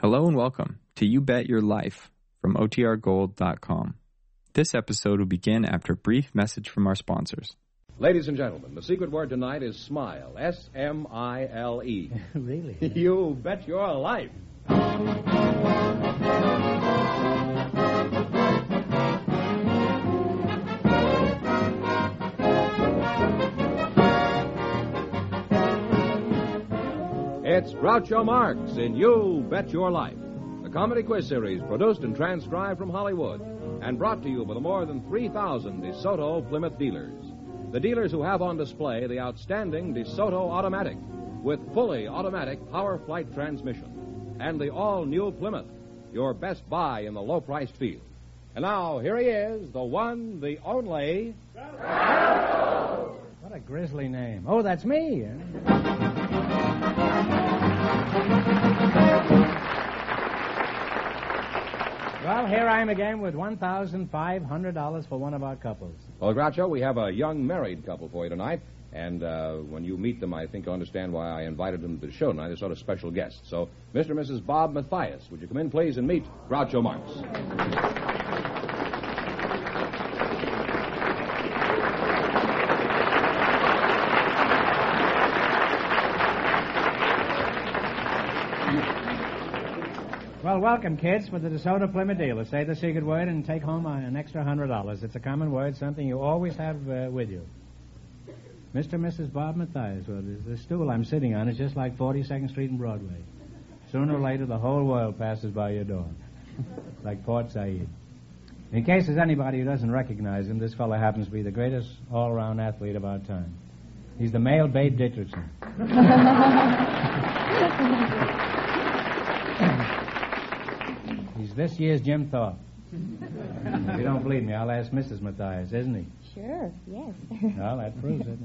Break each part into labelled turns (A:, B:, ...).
A: Hello and welcome to You Bet Your Life from OTRGold.com. This episode will begin after a brief message from our sponsors.
B: Ladies and gentlemen, the secret word tonight is smile. S M I L E.
C: Really?
B: You bet your life. It's Groucho Marx in You Bet Your Life, a comedy quiz series produced and transcribed from Hollywood and brought to you by the more than 3,000 DeSoto Plymouth dealers. The dealers who have on display the outstanding DeSoto Automatic with fully automatic power flight transmission and the all new Plymouth, your best buy in the low priced field. And now, here he is, the one, the only.
C: What a grisly name. Oh, that's me. Well, here I am again with $1,500 for one of our couples.
B: Well, Groucho, we have a young married couple for you tonight. And uh, when you meet them, I think you'll understand why I invited them to the show tonight as sort of special guests. So, Mr. and Mrs. Bob Mathias, would you come in, please, and meet Groucho Marx?
C: Well, welcome, kids, for the DeSoto Plymouth dealer. Say the secret word and take home a- an extra $100. It's a common word, something you always have uh, with you. Mr. and Mrs. Bob Mathias, well, the, the stool I'm sitting on is just like 42nd Street and Broadway. Sooner or later, the whole world passes by your door, like Port Said. In case there's anybody who doesn't recognize him, this fellow happens to be the greatest all-around athlete of our time. He's the male Babe Dietrichson. He's this year's Jim Thorpe. if you don't believe me, I'll ask Mrs. Mathias, isn't he?
D: Sure, yes.
C: Well, that proves it.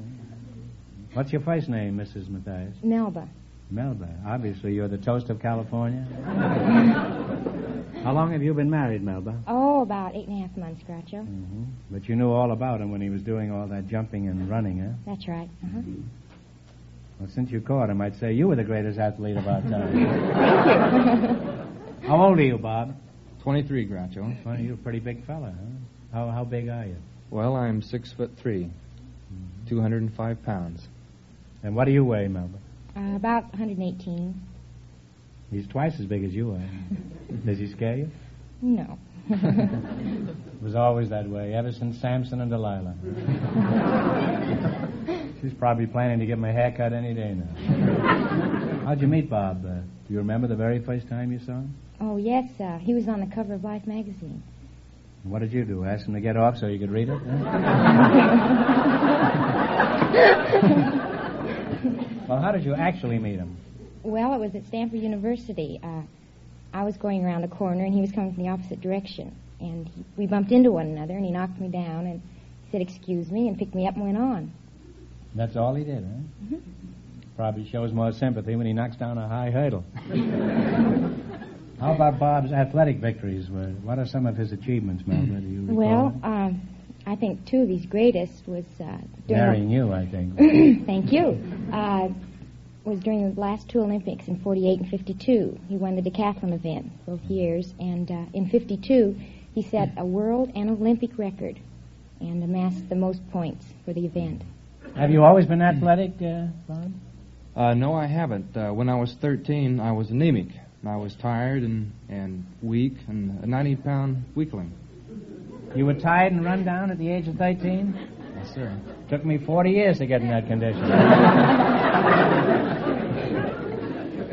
C: What's your first name, Mrs. Mathias?
D: Melba.
C: Melba. Obviously, you're the toast of California. How long have you been married, Melba?
D: Oh, about eight and a half months, Groucho.
C: Mm-hmm. But you knew all about him when he was doing all that jumping and running, huh?
D: That's right. Uh-huh.
C: Well, since you caught him, I'd say you were the greatest athlete of our time. How old are you, Bob?
E: 23, Groucho.
C: Well, you're a pretty big fella, huh? How, how big are you?
E: Well, I'm six foot three, 205 pounds.
C: And what do you weigh, Melba?
D: Uh, about 118.
C: He's twice as big as you are. Does he scare you?
D: No.
C: It was always that way, ever since Samson and Delilah. She's probably planning to get my hair cut any day now. How'd you meet Bob? Uh, do you remember the very first time you saw him?
D: Oh, yes, uh, he was on the cover of Life magazine.
C: And What did you do? Ask him to get off so you could read it? well, how did you actually meet him?
D: Well, it was at Stanford University. Uh, I was going around a corner, and he was coming from the opposite direction. And he, we bumped into one another, and he knocked me down and said, Excuse me, and picked me up and went on.
C: That's all he did, huh? Probably shows more sympathy when he knocks down a high hurdle. How about Bob's athletic victories? Wha- What are some of his achievements, Melba? Do you recall?
D: Well,
C: them?
D: um, I think two of his greatest was uh, during
C: marrying you, I think.
D: Thank you. Uh, was during the last two Olympics in 48 and 52. He won the decathlon event both years, and uh, in 52 he set a world and Olympic record and amassed the most points for the event.
C: Have you always been athletic, uh, Bob?
E: Uh, no, I haven't. Uh, when I was 13, I was anemic. I was tired and, and weak and a 90 pound weakling.
C: You were tired and run down at the age of 13?
E: Yes, sir.
C: Took me 40 years to get in that condition.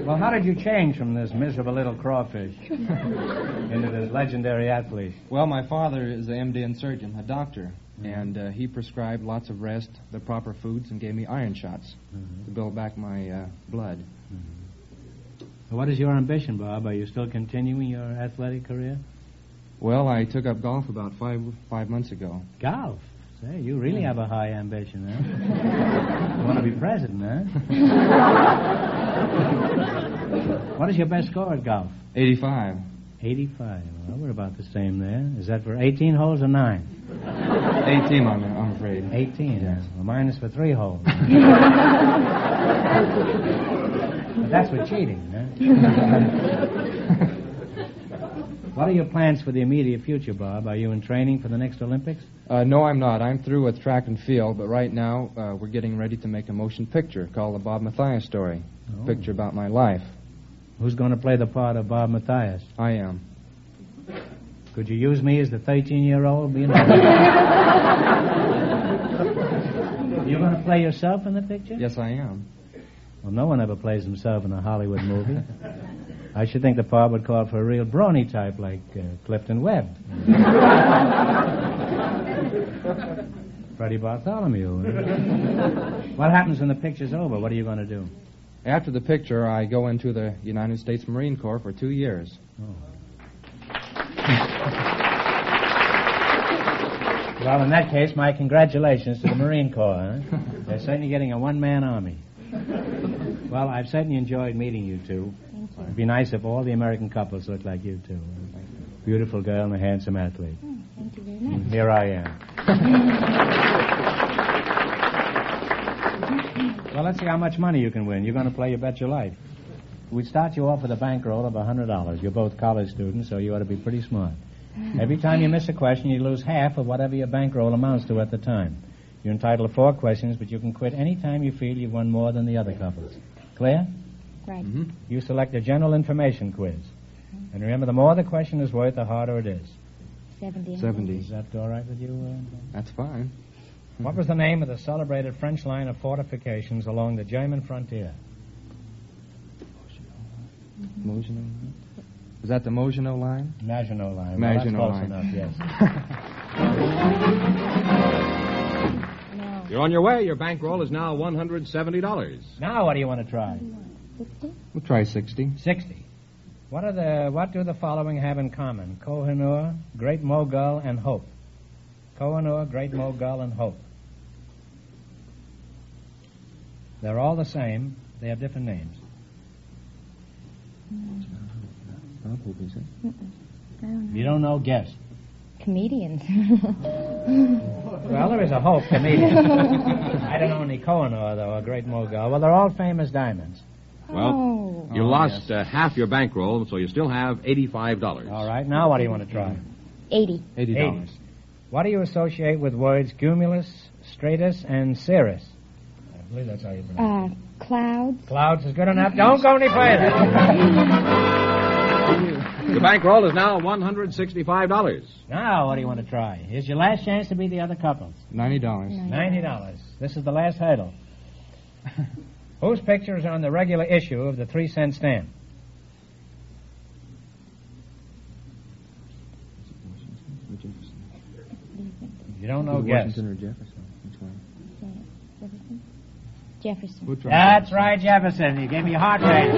C: well, how did you change from this miserable little crawfish into this legendary athlete?
E: Well, my father is an MD and surgeon, a doctor, and uh, he prescribed lots of rest, the proper foods, and gave me iron shots to build back my uh, blood.
C: What is your ambition, Bob? Are you still continuing your athletic career?
E: Well, I took up golf about five five months ago.
C: Golf. Say, you really have a high ambition, huh? you want to be president, huh? what is your best score at golf?
E: 85.
C: 85. Well, we're about the same there. Is that for 18 holes or nine?
E: 18, I'm, I'm afraid.
C: 18. Yes. Well, mine is for three holes. but that's for cheating, huh? What are your plans for the immediate future, Bob? Are you in training for the next Olympics?
E: Uh, no, I'm not. I'm through with track and field, but right now uh, we're getting ready to make a motion picture called The Bob Mathias Story.
C: Oh.
E: Picture about my life.
C: Who's going to play the part of Bob Matthias?
E: I am.
C: Could you use me as the 13 year old? Being You're going to play yourself in the picture?
E: Yes, I am.
C: Well, no one ever plays himself in a Hollywood movie. I should think the part would call for a real brawny type like uh, Clifton Webb. Freddie Bartholomew. what happens when the picture's over? What are you going to do?
E: After the picture, I go into the United States Marine Corps for two years.
C: Well, in that case, my congratulations to the Marine Corps. Huh? They're certainly getting a one man army. Well, I've certainly enjoyed meeting you two. It'd be nice if all the American couples looked like you two. Beautiful girl and a handsome athlete.
D: Hmm, Thank you very much.
C: And here I am. well, let's see how much money you can win. You're going to play You Bet Your Life. We'd start you off with a bankroll of $100. You're both college students, so you ought to be pretty smart. Every time you miss a question, you lose half of whatever your bankroll amounts to at the time. You're entitled to four questions, but you can quit any time you feel you've won more than the other couples. Clear?
D: Right.
C: You select a general information quiz. And remember, the more the question is worth, the harder it is.
D: 70.
E: Seventy.
C: Is that all right with you? Uh,
E: That's fine.
C: what was the name of the celebrated French line of fortifications along the German frontier?
E: Motional. Is that the Motional line?
C: Maginot Line.
E: Maginot
C: well, that's
E: Line.
C: close enough,
D: No.
C: yes.
B: You're on your way. Your bankroll is now $170.
C: now what do you want to try?
D: 50?
E: We'll try sixty.
C: 60. What are the what do the following have in common? Kohinoor, Great Mogul, and Hope. Kohinoor, Great Mogul, and Hope. They're all the same. They have different names.
D: I don't know.
C: You don't know, guess.
D: Comedians.
C: Well, there is a hope for me. I don't know any Kohinoor, though, or Great Mogul. Well, they're all famous diamonds.
B: Well,
D: oh.
B: you lost uh, half your bankroll, so you still have $85.
C: All right, now what do you want to try?
D: 80.
E: Eighty dollars.
C: What do you associate with words cumulus, stratus, and cirrus? I believe that's how you pronounce
D: Uh, clouds.
C: it. Clouds is good enough. Don't go any further.
B: Your bankroll is now $165.
C: Now, what do you want to try? Here's your last chance to beat the other couple.
E: Ninety dollars.
C: Ninety dollars. This is the last hurdle. Whose picture is on the regular issue of the three cent stamp? You don't know. Guess.
E: Washington or Jefferson. Which one?
D: Jefferson. Jefferson.
E: We'll try.
C: That's right, Jefferson. You gave me a heart rate.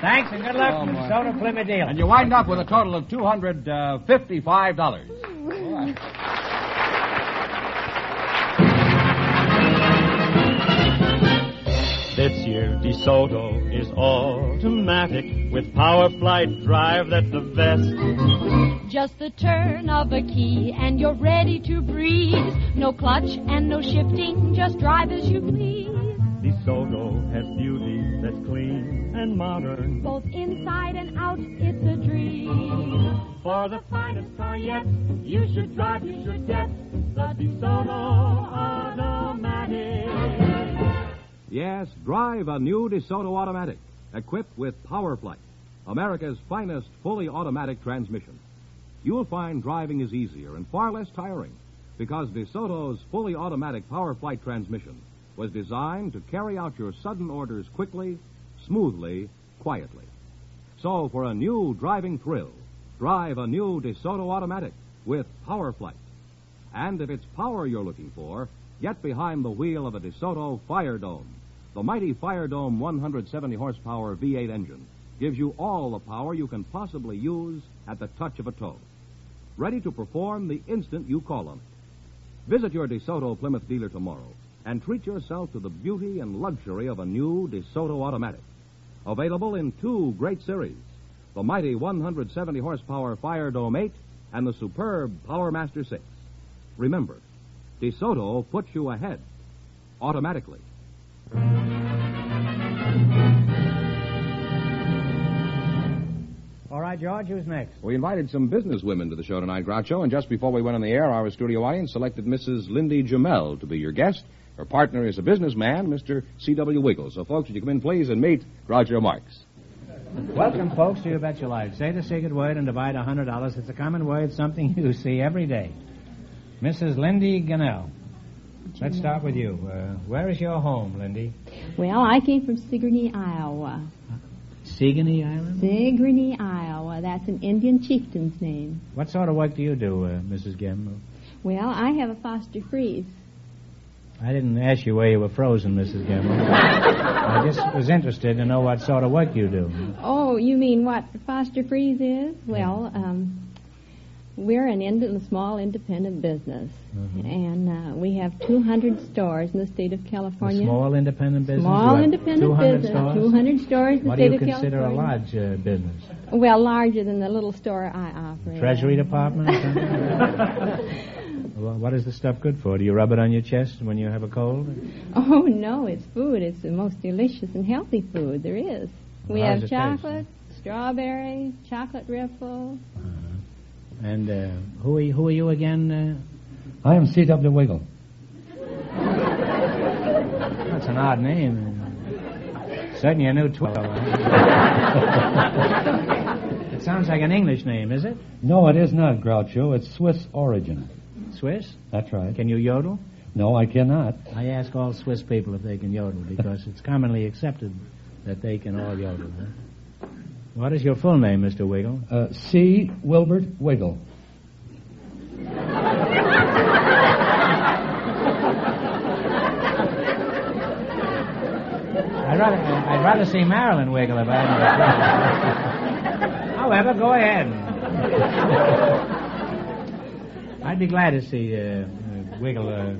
C: Thanks and good luck
E: Oh,
C: from
E: my.
C: Soda Plymouth dealer.
B: And you wind up with a total of uh, $255.
F: This year, DeSoto is automatic with power flight drive that's the best.
G: Just the turn of a key and you're ready to breeze. No clutch and no shifting, just drive as you please.
F: DeSoto has beauty that's clean and modern.
G: Both inside and out, it's a dream.
F: For the finest car yet, you should drive, you should get the DeSoto automatic.
B: Yes, drive a new DeSoto automatic equipped with PowerFlight, America's finest fully automatic transmission. You'll find driving is easier and far less tiring because DeSoto's fully automatic PowerFlight transmission was designed to carry out your sudden orders quickly, smoothly, quietly. So for a new driving thrill, drive a new DeSoto automatic with PowerFlight. And if it's power you're looking for, get behind the wheel of a DeSoto Fire Dome. The mighty Fire Dome 170 horsepower V8 engine gives you all the power you can possibly use at the touch of a toe. Ready to perform the instant you call on it. Visit your DeSoto Plymouth dealer tomorrow and treat yourself to the beauty and luxury of a new DeSoto automatic. Available in two great series the mighty 170 horsepower Fire Dome 8 and the superb Power Master 6. Remember, DeSoto puts you ahead automatically.
C: right, George, who's next?
B: We invited some business women to the show tonight, Groucho, and just before we went on the air, our studio audience selected Mrs. Lindy Jamel to be your guest. Her partner is a businessman, Mr. C.W. Wiggles. So, folks, would you come in, please, and meet Groucho Marx.
C: Welcome, folks, to You Bet Your Life. Say the secret word and divide $100. It's a common word, something you see every day. Mrs. Lindy Gannell. Let's start with you. Uh, where is your home, Lindy?
H: Well, I came from Sigourney, Iowa.
C: Seagany Island.
H: Sigourney, Iowa. That's an Indian chieftain's name.
C: What sort of work do you do, uh, Mrs. Gim?
H: Well, I have a foster freeze.
C: I didn't ask you where you were frozen, Mrs. Gim. I just was interested to know what sort of work you do.
H: Oh, you mean what foster freeze is? Well, um, we're an ind- a small independent business,
C: Mm-hmm.
H: and uh, we have 200 stores in the state of
C: A
H: California.
C: small independent business?
H: Oh, Small
C: What,
H: independent
C: 200
H: business.
C: Stores?
H: 200 stores in the
C: What do
H: state
C: you
H: of
C: consider a
H: California.
C: large uh, business?
H: Well, larger than the little store I operate.
C: Treasury Department? or something? Wha- what is the stuff good for? Do you rub it on your chest when you have a cold?
H: Oh no, it's food. It's the most delicious and healthy food there is. We
C: How's
H: have
C: it taste?
H: chocolate, strawberry, chocolate riffle.
C: And uh, who, are you, who are you again?
I: I am C.W. Wiggle.
C: Uh, that's an odd name. Certainly a new twelve. it sounds like an English name, is it?
I: No, it is not Groucho. It's Swiss origin.
C: Swiss?
I: That's right.
C: Can you yodel?
I: No, I cannot.
C: I ask all Swiss people if they can yodel because it's commonly accepted that they can all yodel. huh? What is your full name, Mr. Wiggle?
I: Uh, C. Wilbert Wiggle.
C: I'd rather, I'd rather see Marilyn wiggle if I had my However, go ahead. I'd be glad to see uh, uh, Wiggle, uh,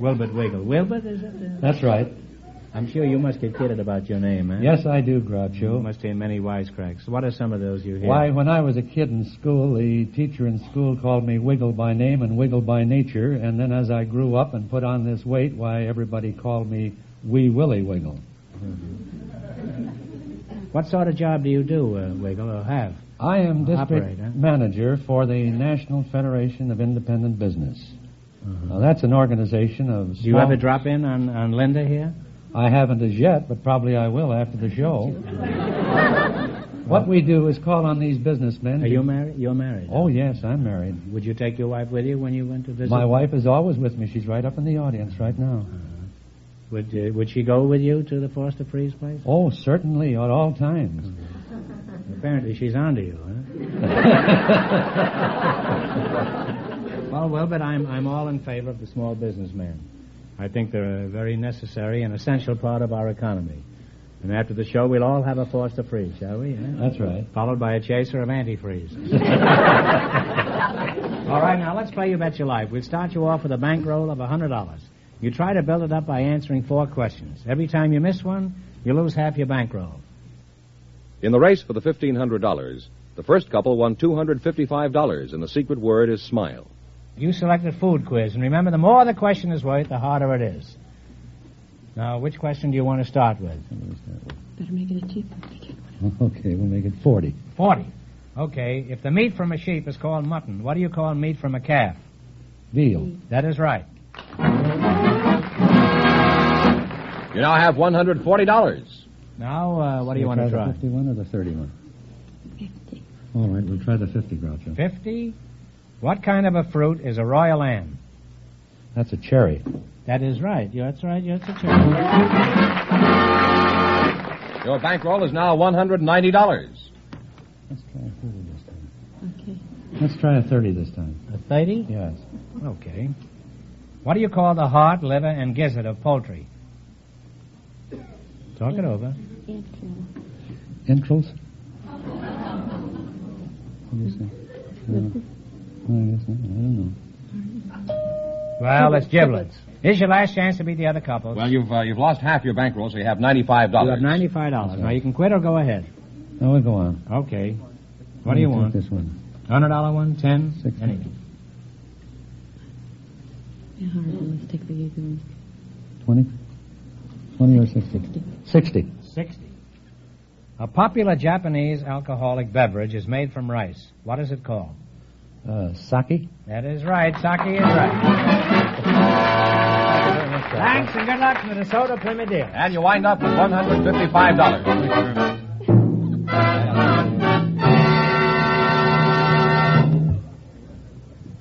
C: Wilbert Wiggle. Wilbert, is it? Uh,
I: That's right.
C: I'm sure you must get kidded about your name, eh?
I: Yes, I do,
C: You
I: Groucho.
C: must hear many wisecracks. What are some of those you hear?
I: Mm-hmm. Why, when I was a kid in school, the teacher in school called me Wiggle by name and Wiggle by nature, and then as I grew up and put on this weight, why, everybody called me Wee Willie Wiggle.
C: What sort of job do you do, uh, Wiggle, or have?
I: I am district
C: Operator.
I: manager for the National Federation of Independent Business. Now, that's an organization of.
C: Mm-hmm. Do you
I: small-
C: ever drop in on, on Linda here?
I: I haven't as yet, but probably I will after the show. what we do is call on these businessmen.
C: Are you married? You're married.
I: Oh, yes, I'm married.
C: Would you take your wife with you when you went to visit? Uh-huh.
I: My wife is always with me. She's right up in the audience right now.
C: Would, uh, would she go with you to the Foster Freeze place? Uh-huh.
I: Oh, certainly, at all times.
C: Apparently she's onto you, huh? well, Wilbert, I'm, I'm all in favor of the small businessman. I think they're a very necessary and essential part of our economy. And after the show, we'll all have a Foster Freeze, shall we? huh?
I: That's right.
C: Followed by a chaser of antifreeze. all right, now let's play You Bet Your Life. We'll start you off with a bankroll of $100. You try to build it up by answering four questions. Every time you miss one, you lose half your bankroll.
B: In the race for the $1,500, the first couple won $255, and the secret word is smile.
C: You select a food quiz, and remember, the more the question is worth, the harder it is. Now, which question do you want to start with?
H: Better make it a cheap
I: Okay, we'll make it 40.
C: 40. Okay, if the meat from a sheep is called mutton, what do you call meat from a calf?
I: Veal.
C: That is right.
B: You now have $140.
C: Now, uh, what do you want
I: We'll
C: to
I: try
C: try?
I: The 51 or the 31?
H: 50.
I: All right, we'll try the 50, Groucho.
C: 50. What kind of a fruit is a royal lamb?
I: That's a cherry.
C: That is right. Yeah, That's right. Yeah, That's a cherry.
B: Your bankroll is now $190.
I: Let's try a 30 this time.
H: Okay.
I: Let's try a 30 this time.
C: A 30?
I: Yes.
C: Okay. What do you call the heart, liver, and gizzard of poultry? Talk it over.
I: Entrails? What do you say? Uh, I guess not. I don't know.
C: Well, it's giblets. Here's your last chance to beat the other couple.
B: Well, you've, uh, you've lost half your bankroll, so you have $95.
C: you have $95. Now, you can quit or go ahead.
I: Now we'll go on.
C: Okay. What do you
I: We'll take
C: want?
I: This one.
C: $100 one, 10
I: Sixty.
C: Any.
H: Yeah, all right, let's take the easy one.
I: 20? 20 or 60? 60.
C: 60 A popular Japanese alcoholic beverage is made from rice. What is it called?
I: Uh, sake?
C: That is right. Sake is right. Thanks and good luck, Minnesota Plymouth dear.
J: And you wind up with $155.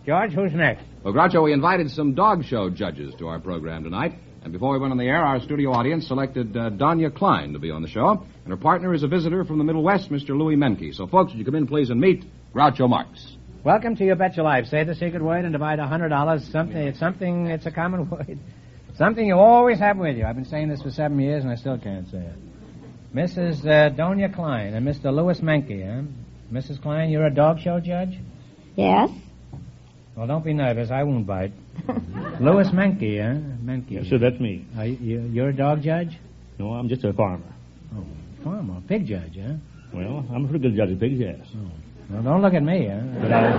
C: George, who's next?
B: Well, Groucho, we invited some dog show judges to our program tonight. And before we went on the air, our studio audience selected uh, Danya Klein to be on the show. And her partner is a visitor from the Middle West, Mr. Louis Menke. So, folks, would you come in, please, and meet Groucho Marx.
C: Welcome to your bet your life. Say the secret word and divide a hundred dollars. Something, it's something. It's a common word. Something you always have with you. I've been saying this for seven years and I still can't say it. Mrs. Uh, Donia Klein and Mr. Louis Menke. Huh? Mrs. Klein, you're a dog show judge.
K: Yes?
C: Well, don't be nervous. I won't bite. Louis Menke, huh? Menke.
F: Yes, sir, that's me.
C: Are you, you're a dog judge.
F: No, I'm just a farmer.
C: Oh, farmer, pig judge, huh?
F: Well, I'm a pretty good judge of pigs, yes.
I: Oh.
C: Well, don't look at me, huh?
F: But I,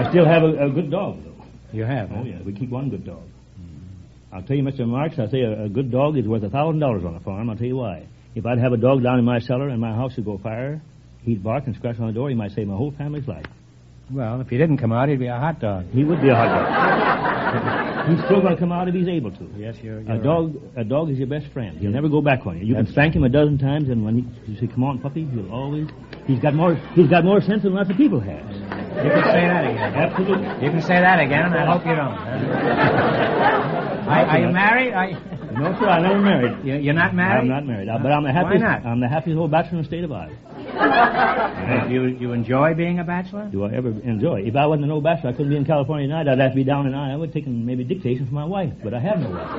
F: I still have a, a good dog, though.
C: You have.
F: Oh, yeah, we keep one good dog. I'll tell you, Mr. Marks, I say a, a good dog is worth a thousand dollars on a farm. I'll tell you why. If I'd have a dog down in my cellar and my house would go fire, he'd bark and scratch on the door. He might save my whole family's life.
C: Well, if he didn't come out, he'd be a hot dog.
F: He would be a hot dog. he's still going to come out if he's able to.
C: Yes, you're.
F: A dog, a dog is your best friend. He'll never go back on you. You can spank him a dozen times, and when he, you say, "Come on, puppy," he'll always. He's got more. He's got more sense than lots of people have.
C: You can say that again.
F: Absolutely.
C: You can say that again, and I hope you don't. are, are you married? Are you,
F: No, sir, I never married.
C: you- you're not married? Uh,
F: I'm not married, I- but I'm the happiest.
C: Why not?
F: I'm the happiest old bachelor in the state of Iowa.
C: You, you enjoy being a bachelor?
F: Do I ever enjoy? If I wasn't an old bachelor, I couldn't be in California tonight. I'd have to be down in Iowa taking maybe dictation from my wife. But I have no wife.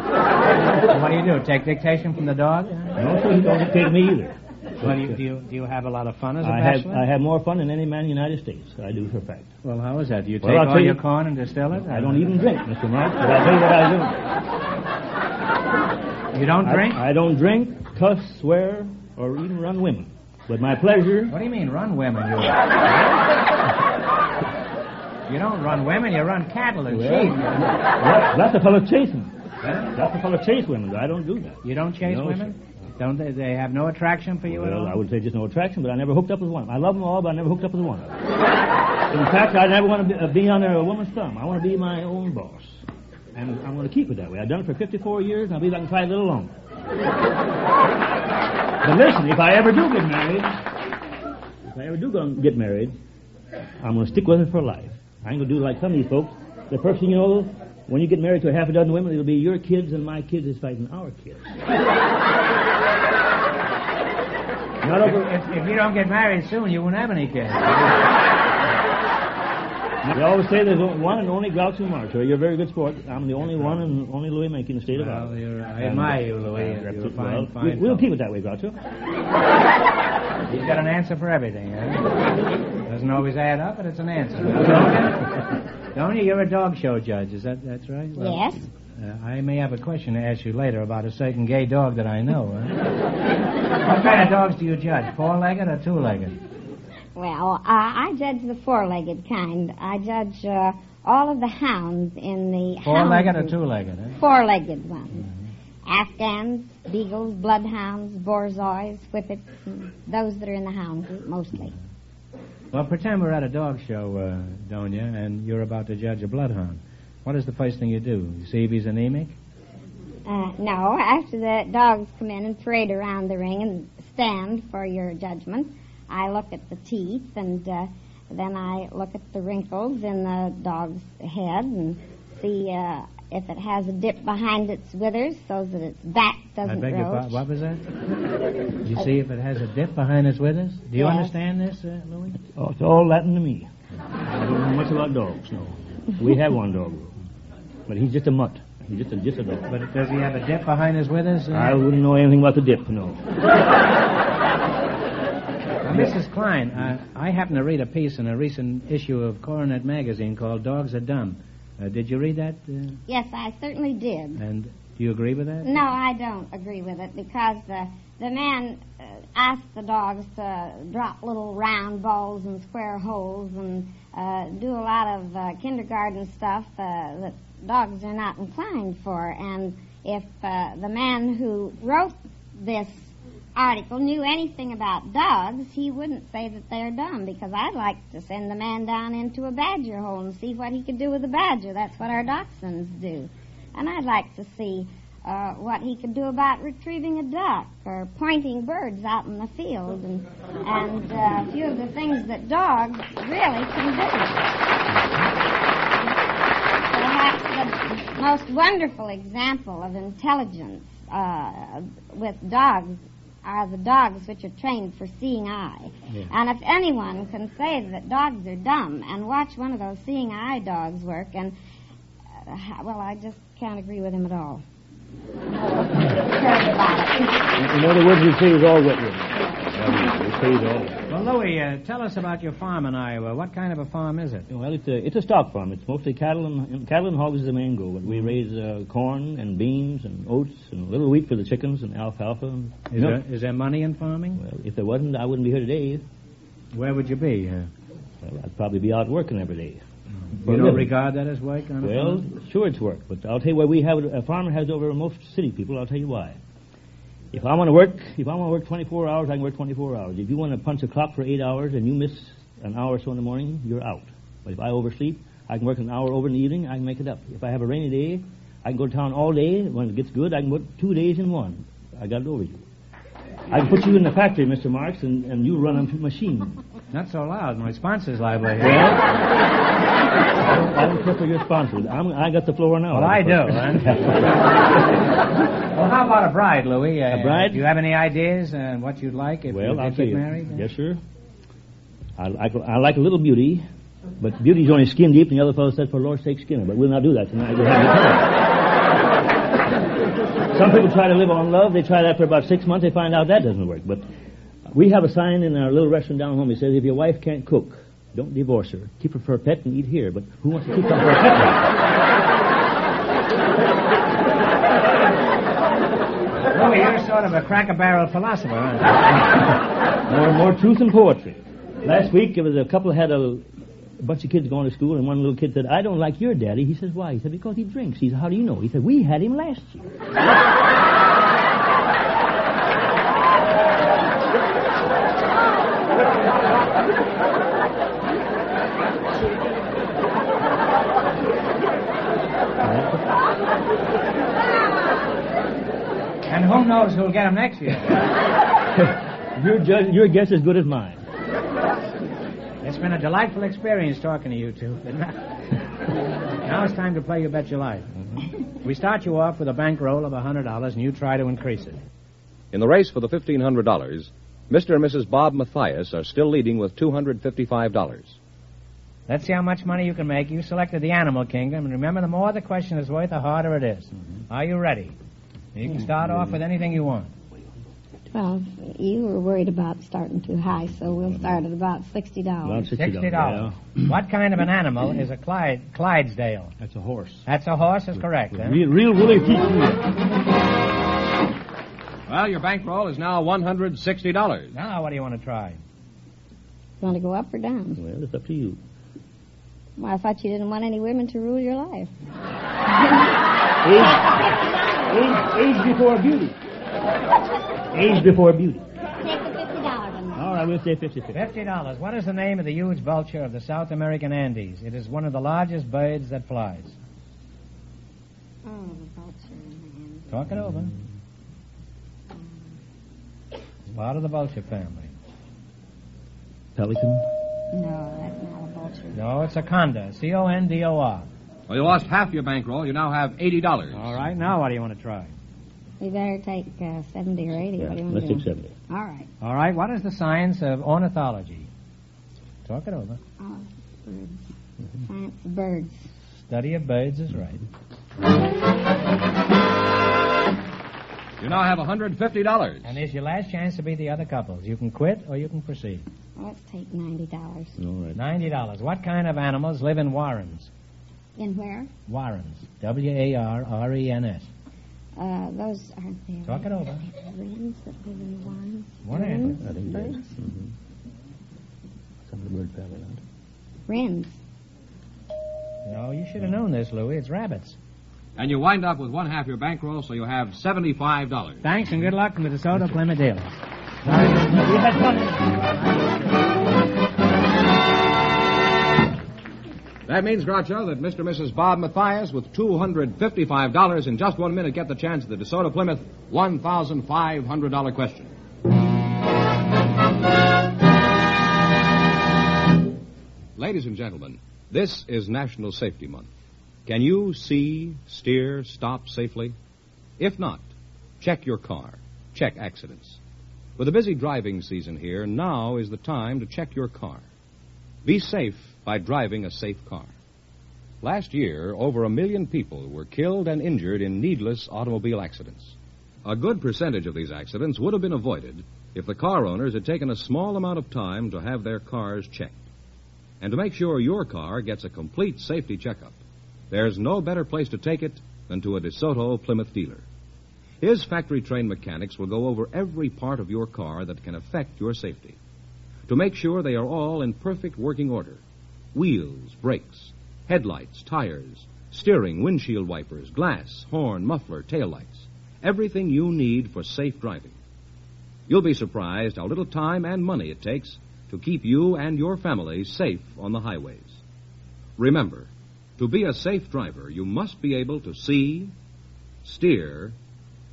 C: what do you do? Take dictation from the dog?
F: No, sir, he don't dictate to me either.
C: Well, do you, do you do you have a lot of fun as a
F: I have
C: bachelor?
F: I have more fun than any man in the United States. I do for a fact.
C: Well, how is that? Do you
F: Well,
C: take
F: I'll
C: all
F: tell
C: your
F: you-
C: corn and distill it?
F: I don't even drink, Mr. Marks, but I tell you what I do.
C: You don't drink?
F: I, I don't drink, cuss, swear, or even run women. But my pleasure,
C: What do you mean, run women? You you don't run women. You run cattle and
F: Well,
C: sheep.
F: that, that's a fellow chasing. That's a fellow chase women. I don't do that.
C: You don't chase
F: No,
C: women. Don't they? They have no attraction for you at all.
F: Well, I would say just no attraction, but I never hooked up with one. I love them all, but I never hooked up with one. In fact, I never want to be, uh, be under a woman's thumb. I want to be my own boss. And I'm going to keep it that way. I've done it for 54 years, and I believe I can try it a little longer. but listen, if I ever do get married, if I ever do go and get married, I'm going to stick with it for life. I ain't going to do like some of these folks. The first thing you know, when you get married to a half a dozen women, it'll be your kids and my kids is fighting our kids. Not over,
C: If, if you don't get married soon, you won't have any kids.
F: They always say there's o- one and only Groucho Marx. Well, You're a very good sport. I'm the only one and only Louis Menke in the state of Iowa.
C: Well, you're, I
F: And-
C: admire you, Louis.
F: and-
C: You're a fine,
F: well,
C: fine.
F: we, will
C: fellow.
F: keep it that way, Groucho.
C: He's got an answer for everything. Huh? Doesn't always add up, but it's an answer. Donia, Donia, you're a dog show judge. Is that that's right? Well,
K: Yes?
C: Uh, I may have a question to ask you later about a certain gay dog that I know. Huh? what kind of dogs do you judge? Four-legged or two-legged?
K: Well, uh, I judge the four-legged kind. I judge uh, all of the hounds in the
C: Four-legged or
K: hound group.
C: two-legged? Huh?
K: Four-legged ones. Afghans, beagles, bloodhounds, borzois, whippets, and those that are in the hound group mostly.
C: Well, pretend we're at a dog show, uh, Donia, and you're about to judge a bloodhound. What is the first thing you do? You see if he's anemic?
K: Uh, no, after the dogs come in and parade around the ring and stand for your judgment, I look at the teeth and uh, then I look at the wrinkles in the dog's head and see uh, if it has a dip behind its withers so that its back
C: I
K: doesn't
C: beg your
K: roach.
C: pardon. What was that? you see if it has a dip behind its withers? Do you
K: Yes.
C: understand this, uh, Louis?
F: Oh, it's all Latin to me. I don't know much about dogs, no. We have one dog, but he's just a mutt. He's just a, just a dog.
C: But does he have a dip behind his withers? Uh,
F: I wouldn't know anything about the dip, no.
C: Now, Mrs. Klein, uh, I happened to read a piece in a recent issue of Coronet magazine called "Dogs Are Dumb." Uh, did you read that? Uh,
K: Yes, I certainly did.
C: and do you agree with that?
K: No, I don't agree with it because the the man uh, asked the dogs to drop little round balls and square holes and uh, do a lot of uh, kindergarten stuff uh, that dogs are not inclined for. And if uh, the man who wrote this article knew anything about dogs, he wouldn't say that they're dumb because I'd like to send the man down into a badger hole and see what he could do with a badger. That's what our dachshunds do. And I'd like to see uh, what he could do about retrieving a duck or pointing birds out in the field and, and uh, a few of the things that dogs really can do. Perhaps the most wonderful example of intelligence uh, with dogs are the dogs which are trained for seeing eye.
L: Yeah.
K: And if anyone can say that dogs are dumb and watch one of those seeing eye dogs work, and uh, well, I just can't agree with him at all. Sorry about it.
F: In other words, you see is all Whitman. You see is all.
C: Well, Louis, uh, tell us about your farm in Iowa. What kind of a farm is it?
F: Well, it's a, it's a stock farm. It's mostly cattle and cattle and hogs is the main goal. But we raise uh, corn and beans and oats and a little wheat for the chickens and alfalfa. And
C: Is, there, is there money in farming?
F: Well, if there wasn't, I wouldn't be here today.
C: Where would you be? Uh,
F: well, I'd probably be out working every day.
C: you don't regard that as work on a
F: Well,
C: farm?
F: sure it's work, but I'll tell you why we have it- a farmer has over most city people. I'll tell you why. If I want to work, if I want to work 24 hours, I can work 24 hours. If you want to punch a clock for eight hours and you miss an hour or so in the morning, you're out. But if I oversleep, I can work an hour over in the evening. I can make it up. If I have a rainy day, I can go to town all day. When it gets good, I can work two days in one. I got it over you. I can put you in the factory, Mr. Marks, and, and you run a machine.
C: Not so loud. My sponsor's lively here.
F: I don't care for your sponsors. I'm, I got the floor now.
C: Well, I do, huh? well, how about a bride, Louis? Uh,
F: A bride?
C: Do you have any ideas on what you'd like if
F: Well,
C: you
F: I'll
C: did
F: tell
C: get
F: you.
C: married?
F: Yes, sir. I, I, I like a little beauty, but beauty's only skin deep, and the other fellow said, for Lord's sake, skin her. But we'll not do that tonight. We'll have- Some people try to live on love. They try that for about six months. They find out that doesn't work. But we have a sign in our little restaurant down home. It says, if your wife can't cook, don't divorce her. Keep her for a pet and eat here. But who wants to keep her for a pet?
C: Louis, you're sort of a cracker barrel philosopher, aren't
F: More, more truth and poetry. Last week, it was a couple had a, a bunch of kids going to school, and one little kid said, "I don't like your daddy." He says, "Why?" He said, "Because he drinks." He said, "How do you know?" He said, "We had him last year."
C: you? And who knows who'll get him next year?
F: your, judge, your guess is good as mine.
C: It's been a delightful experience talking to you two. now it's time to play You Bet Your Life. We start you off with a bankroll of $100, and you try to increase it.
B: In the race for the $1,500, Mr. and Mrs. Bob Mathias are still leading with $255.
C: Let's see how much money you can make. You selected the animal kingdom, and remember, the more the question is worth, the harder it is.
F: Mm-hmm.
C: Are you ready? You can start off with anything you want.
K: Well, you were worried about starting too high, so we'll start at about $60.
C: Sixty dollars. What kind of an animal is a Clyde, Clydesdale?
F: That's a horse.
C: That's a horse. Is correct. Huh?
F: Real, real, really.
B: Well, your bankroll is now $160.
C: Now, what do you want to try?
K: Want to go up or down?
F: Well, it's up to you.
K: Well, I thought you didn't want any women to rule your life.
F: Age, age before beauty. Age before beauty.
K: Take the fifty dollars on
F: All right, we'll say fifty-fifty.
C: Fifty dollars. What is the name of the huge vulture of the South American Andes? It is one of the largest birds that flies.
K: Oh, the vulture in
C: Talk it over. It's part of the vulture family.
F: Pelican.
K: the hand. No, that's not a vulture.
C: No, it's a condor. C O N D O R.
B: Well, you lost half your bankroll. You now have $80.
C: All right. Now, what do you want to try?
K: We better take uh, 70 or 80. what do you want
C: let's
K: to
C: take
K: do?
C: 70.
K: All right.
C: All right. What is the science of ornithology? Talk it over.
K: Oh, birds. Science of birds.
C: Study of birds is right.
B: You now have $150.
C: And it's your last chance to be the other couples. You can quit or you can proceed.
K: Let's take $90.
F: All right.
C: Ninety dollars. What kind of animals live in warrens?
K: In where?
C: Warrens. W A R R E N S.
K: Uh, those aren't there.
C: Talk it over.
K: Rings that live in wands.
C: One
K: Wrens?
C: animal.
K: Birds?
F: Some word family.
K: Wrens.
C: No, you should have known this, Louis. It's rabbits.
B: And you wind up with one half your bankroll, so you have seventy-five dollars.
C: Thanks and good luck from the DeSoto Plymouth dealers.
B: That means, Groucho, that Mr. and Mrs. Bob Mathias, with $255 in just one minute, get the chance of the DeSoto Plymouth $1,500 question. Ladies and gentlemen, this is National Safety Month. Can you see, steer, stop safely? If not, check your car, check accidents. With a busy driving season here, now is the time to check your car. Be safe by driving a safe car. Last year, over a million people were killed and injured in needless automobile accidents. A good percentage of these accidents would have been avoided if the car owners had taken a small amount of time to have their cars checked. And to make sure your car gets a complete safety checkup, there's no better place to take it than to a DeSoto Plymouth dealer. His factory trained mechanics will go over every part of your car that can affect your safety to make sure they are all in perfect working order wheels, brakes, headlights, tires, steering, windshield wipers, glass, horn, muffler, taillights. Everything you need for safe driving. You'll be surprised how little time and money it takes to keep you and your family safe on the highways. Remember, to be a safe driver, you must be able to see, steer,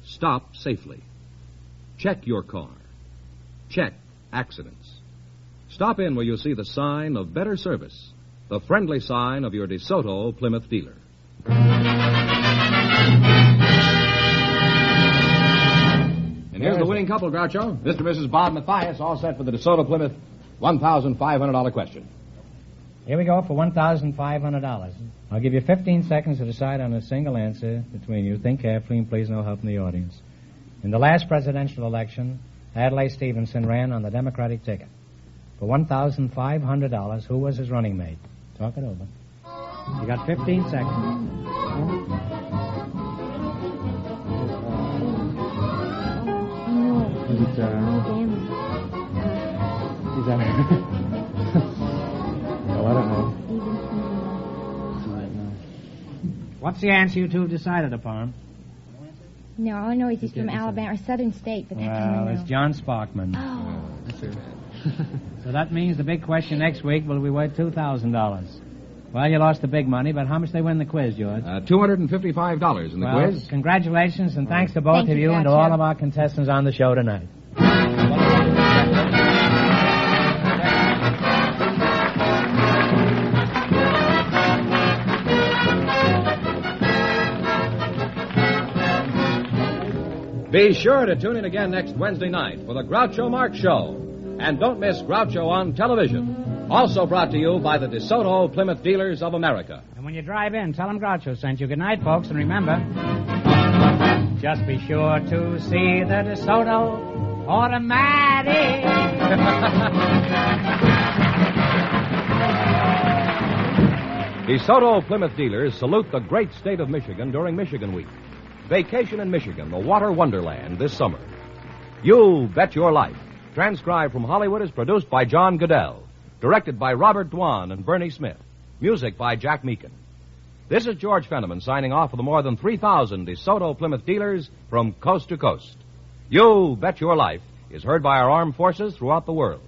B: stop safely. Check your car. Check accidents. Stop in where you see the sign of better service, the friendly sign of your DeSoto Plymouth dealer. And here's the winning couple, Groucho. Mr. and Mrs. Bob Mathias, all set for the DeSoto Plymouth $1,500 question.
C: Here we go for $1,500. I'll give you 15 seconds to decide on a single answer between you. Think carefully and please no help from the audience. In the last presidential election, Adlai Stevenson ran on the Democratic ticket. For $1,500, who was his running mate? Talk it over. You got 15 seconds.
K: Oh,
E: Is it, uh, is that... well, I don't know.
C: What's the answer you two have decided upon?
D: No, all I know is he's from Alabama or Southern State, but that's all
C: Well,
D: I know.
C: it's John Sparkman.
D: Oh,
C: So that means the big question next week will be worth $2,000. Well, you lost the big money, but how much they win the quiz, George?
B: Uh, $255 in the
C: well,
B: quiz.
C: congratulations and thanks to both
D: Thank
C: of
D: you,
C: you and to
D: Groucho.
C: all of our contestants on the show tonight.
B: Be sure to tune in again next Wednesday night for the Groucho Marx Show. And don't miss Groucho on television. Also brought to you by the DeSoto Plymouth Dealers of America.
C: And when you drive in, tell them Groucho sent you. Good night, folks, and remember, just be sure to see the DeSoto automatic.
B: DeSoto Plymouth dealers salute the great state of Michigan during Michigan Week. Vacation in Michigan, the water wonderland this summer. You Bet Your Life, transcribed from Hollywood, is produced by John Goodell, directed by Robert Dwan and Bernie Smith, music by Jack Meakin. This is George Fenneman signing off for the more than 3,000 DeSoto Plymouth dealers from coast to coast. You Bet Your Life is heard by our armed forces throughout the world.